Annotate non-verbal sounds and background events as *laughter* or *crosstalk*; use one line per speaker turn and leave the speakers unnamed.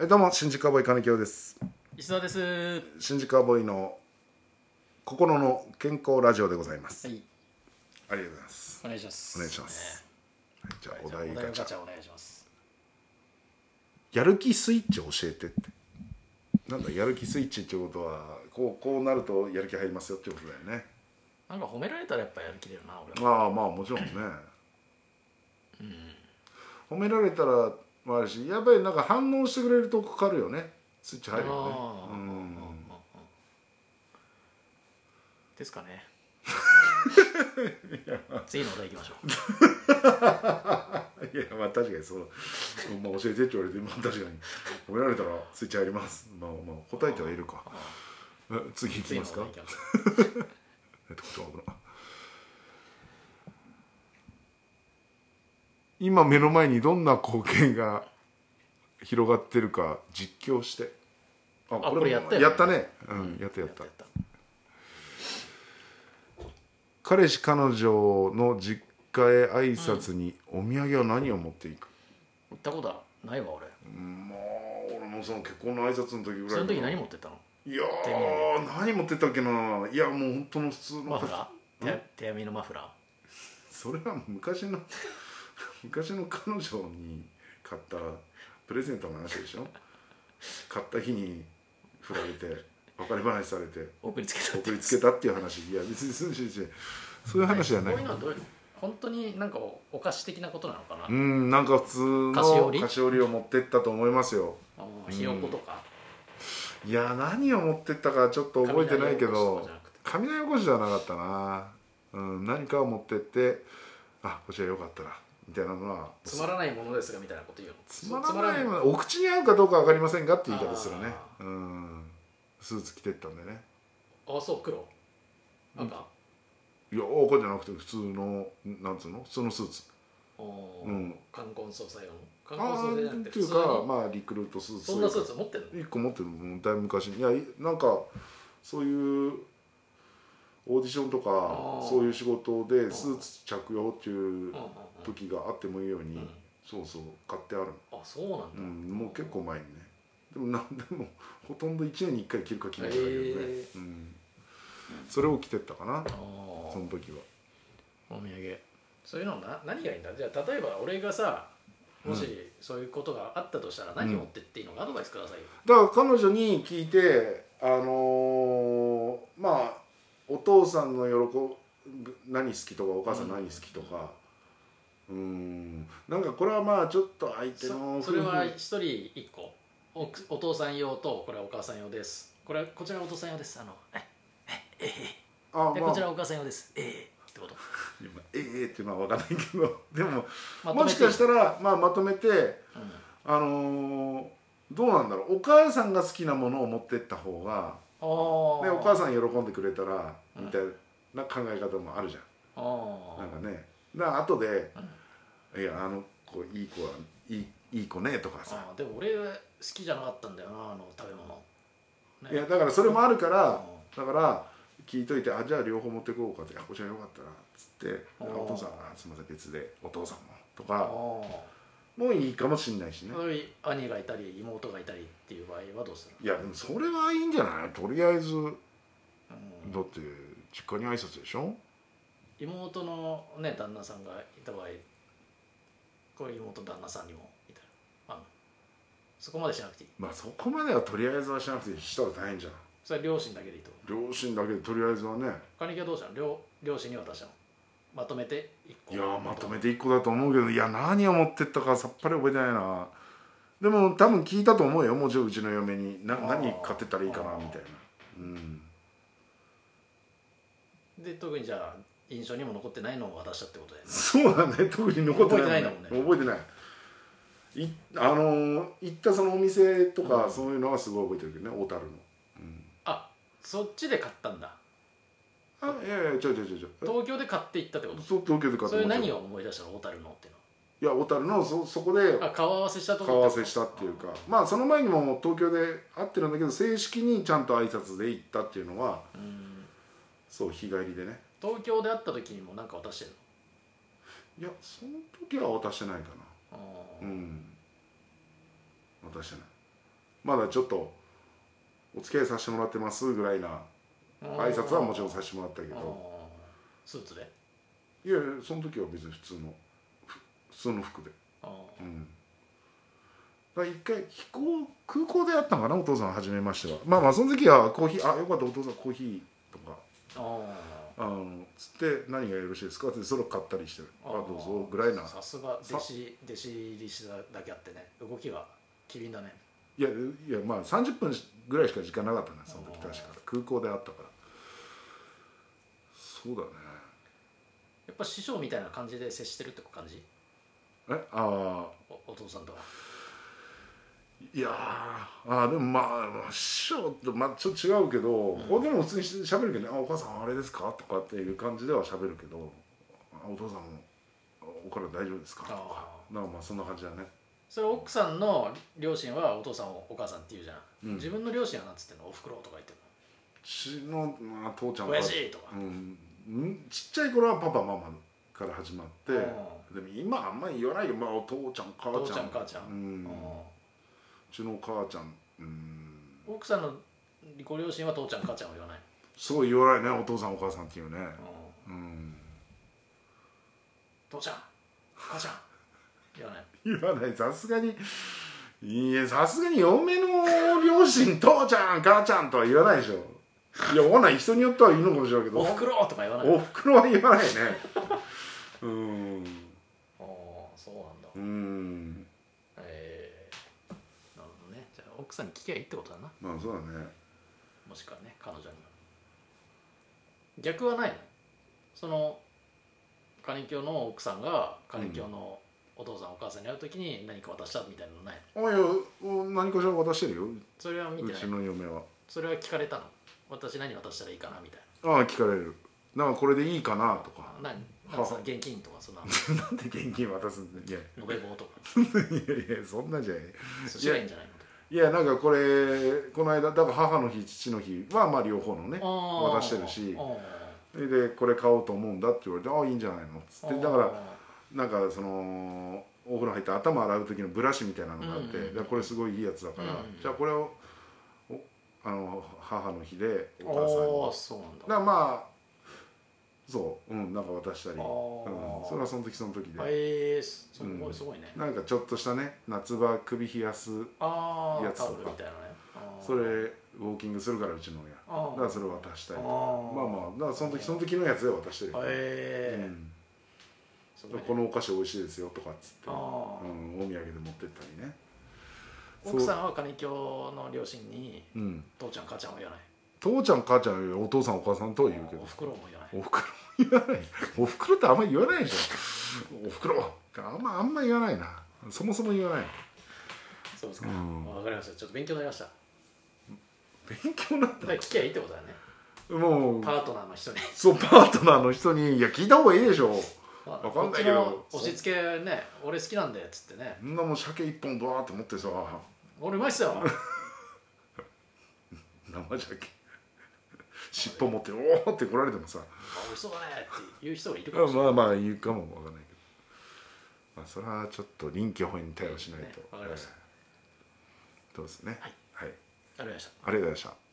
えどうも新宿アボーイ金城です
石澤です。は
新宿アボーイの心の健康ラジオでございます、
い、
ありがとうございます
お願いします。
お願いします、はいじゃあお題
ね。お題
ガ
ガ
チ
チ
ャ
ャお願いします。
やる気スイッチ教えてってなんだやる気スイッチってことはこうこうなるとやる気入りますよってことだよね
なんか褒められたらやっぱやる気出るな、俺は。
ああまあもちろんね、褒められたらもあるしやっぱりなんか反応してくれるとこかかるよねスイッチ入るよ
あ
ね
ー
うん
です
*laughs*
かね。次のお題いきましょう。
いやまあ確かにそう、まあ、教えてって言われて、まあ、確かに褒められたらスイッチ入りますまあまあ答えてはいるかえ次いき
次の
ま
お
すか
題いきましょ
えっとちょっと待ってな今目の前にどんな光景が広がってるか実況してあ
これやったよね
やったねうん、やった
う。
や
や
っ
った
た
やった。
彼氏彼女の実家へ挨拶にお土産は何を持っていく、
行ったことないわ、俺。
うんまあ俺もその結婚の挨拶の時ぐらい
その時
かな
何持ってったの
いやー何持ってったっけないやもう本当の普通の
マフラー手手編みのマフラー。
それはもう昔の *laughs* 昔の彼女に買ったプレゼントの話でしょ買った日に振られて別れ話されて
送りつけた
送りつけたっていう話いや別にそういうそういう話じゃない
こういうのはどういう本当になんかおお菓子的なことなのかな
うんなんか普通
菓子
の
折り
菓子折りを持ってったと思いますよ
あのひよことか
いや何を持ってったかちょっと覚えてないけ
雷お
ど
こしとかじゃなくて
雷おこしじゃなかったな、うん、何かを持ってってあこちらよかったらみたいなのは
つまらないものですがみたいなこと言うの
つまらない
の
ものお口に合うかどうか分かりませんがって言い方するね
あ
うんスーツ着てったんでね
あそう黒なんか、
いや赤じゃなくて普通のなんつうの普通のスーツ
おー
うん
冠婚葬祭用の
あ
冠婚葬祭じゃ
ー
な
っ
くて
ていう
普通
か
に
まあリクルートスーツ
そんなスーツ持ってんの
一個持ってるもんだいぶ昔にいやいなんかそういうオーディションと
あ
か
ー
そういう仕事でスーツ着用っていう
うんうん
時があってもいいように、
うん
そうそう買ってある、
うんあそうなんだ、
うん、もう結構前にねでもなんでもほとんど1年に1回着るか着ないかだけどね、
へえ
うん、それを着てったかな
あー
その時は
お土産そういうのな何がいいんだじゃあ例えば俺がさもしそういうことがあったとしたら何持ってっていいのかアドバイスくださいよ、
だから彼女に聞いてあのーまあお父さんの喜ぶ何好きとかお母さん何好きとかうーんなんかこれはまあちょっと相手の
そそれは一人一個おお父さん用とこれはお母さん用ですこれこちらはお父さん用ですあの
あまあ
でこちらはお母さん用ですええってこと
今ええっていうのは分かんないけどでも
まと
も
め
してかしたら、まあ、まとめて
うん
あのーどうなんだろうお母さんが好きなものを持ってった方が
お
でお母
ん
さん喜んでくれたら
うん
みたいな考え方もあるじゃん、
あ
なんかねだから後で
う
「
ん
いやあの子いい子はいいいい子ね」とかさ、
あでも俺好きじゃなかったんだよなあの食べ物ね
いやだからそれもあるから
う
だから聞いといて「あじゃあ両方持ってこうか」って「あこちらよかったら」っつって「
あー
お父さんあすいません別でお父さんも」と
あ
かもういいかもしんないしね
そういう兄がいたり妹がいたりっていう場合はどうする
いやでもそれはいいんじゃないとりあえず
の、うん
だって実家に挨拶でしょ
妹のね旦那さんがいた場合これ妹旦那さんにもみたいなあのそこまでしなくていい
まあそこまではとりあえずはしなくてしたら大変じゃん
それは両親だけでいいと
両親だけでとりあえずはね
金木はどうしたの両両親に渡したのまとめて一個
いやーまとめて1個だと思うけどいや何を持ってったかさっぱり覚えてないなでも多分聞いたと思うよもうちょいうちの嫁にな
あー
何買ってったらいいかな
あー
みたいなうん
で特にじゃあ印象にも残ってないのを渡したってことだよね
そうだね特に残ってない
覚えてないんだもんね
覚えてないいあのー行ったそのお店とかそういうのはすごい覚えてるけどね小樽の
あそっちで買ったんだ
あいやいやちょいちょいちょいちょい
東京で買っていったってこ
そう東京で買
と
って
それ
もらっ
何
た
を思い出したの小樽のっていう
いや小樽のそそこで
のあ顔合わせしたとこ
顔合わせしたっていうかまあその前にも東京で会ってるんだけど正式にちゃんと挨拶で行ったっていうのは
うん
そう日帰りでね
東京で会った時にも何か渡してんの
いやその時は渡してないかな
あ
う
ー
ん渡してないまだちょっとお付き合いさせてもらってますぐらいな挨拶はもちろんさせてもらったけ
あ
ど
ースーツで
いやいやその時は別に普通のふ普通の服で
あ
うんだから一回飛行空港で会ったのかなお父さん初めましてはまあまあその時はコーヒーあよかったお父さんコーヒーとか
ーあ
あのつって何がよろしいですかってそれを買ったりしてあ
ー
どうぞぐらいな
さすが弟子弟子入りしただけあってね動きが機敏だね
いやいやまあ30分ぐらいしか時間なかったねその時
あー
確か空港で会ったからそうだね
やっぱ師匠みたいな感じで接してるって感じ
えああ
おお父さんとはい
やーあーでもまあまあ師匠とまあちょっと違うけど、ここでも普通にし喋るけどね「あお母さんあれですか?」とかっていう感じでは喋るけど「あお父さんもお体大丈夫ですか?」とか
あ
なんかまあそんな感じだね
それ奥さんの両親はお父さんをお母さんって言うじゃん、
うん
自分の両親はなんつってんのおふくろとか言ってん
うちの、まあ、父ちゃん
の親父とか
う、ん、んちっちゃい頃はパパママから始まって
うん
でも今あんまり言わないよ、まあ、お父ちゃん母
父
ち
ち
ゃ
ゃ
ん
ん母ちゃん、
う
うんん
うちの母ちゃんうん
奥さんのご両親は父ちゃん母ちゃんは言わない、
すごい言わないねお父さんお母さんっていうね
うん
うん
父ちゃん母ちゃん言わない
言わないさすがにいやさすがに嫁の両親父ちゃん母ちゃんとは言わないでしょいやわかんない人によってはいるのかもしれないけど
おふくろとか言わない
おふくろは言わないねうん
おおーそうなんだ
うん
えー、なるほどねじゃあ奥さんに聞きゃいいってことだな
まあそうだね
もしくはね彼女には逆はないのそのカリン教の奥さんがカリン教のお父さんお母さんに会う時に何か渡したみたいなのないの
あいやうん何かしら渡してるよ
それは見
う
てない
ちの嫁は
それは聞かれたの私何渡したらいいかなみたい
ああ聞かれるなんかこれでいいかなとか
な何なんかその現金とかそんな
なんで現金渡すんだよ
延べ棒とか
いやいやいやそんなんじゃない
寿司がいいんじゃないの
いやなんかこれこの間だから母の日父の日はまあ両方のね
あー
*laughs* 渡してるし
あー
それでこれ買おうと思うんだって言われてああいいんじゃないのっつっ
あ
て
ー
だからなんかそのお風呂入って頭洗う時のブラシみたいなのがあって、
うんうんう
だ
ん
からこれすごいいいやつだから、
うんうん
じゃあこれをおあの母の日でお母さんに
あーそうなんだ
だからまあそううんなんか渡したり、うん
あー、
それはその時その時で、
えー、すす
う
ご
ん
いすごいね、
なんかちょっとしたね夏場首冷やす
あ
や
あ
つと
タ
か
オルみたいなねあー
それウォーキングするからうちの親
あー
だからそれ渡したり
あ
とか
ー
まあまあだからその時その時のやつで渡してるよ、
ええ
うん
すごいね
このお菓子美味しいですよとかっつって、
あー
うん、お土産で持ってったりね
奥さんは金京の両親に
うん
父ちゃん母ちゃんは言わない
父ちゃん母ちゃんよりお父さんお母さんとは言うけ
お
ど
ふくろも言わない
おふくろも言わないおふくろってあんま言わないでしょおふくろってあんまあんま言わないなそもそも言わない
そうですか
うん
わかりましたちょっと勉強になりました
勉強になっ
だから聞きゃいいってことだね
たもう
パートナーの人に
そうパートナーの人に「いや聞いた方がいいでしょ」
わ
わかんないけど
押し付けね俺好きなんでっつってね
そんなもん鮭一本バーって持ってさ
俺うまいっ
*laughs*
すよ
生鮭尻尾持って「おお!」って来られてもさ
美味しそうだねって言う人がいるかもしれ
まあまあ言うかもわかんないけど、まあ、それはちょっと臨機応変に対応しないと
ねわかりました
ええそうですね
はい
はい、
ないありがとうございました
ありがとうございました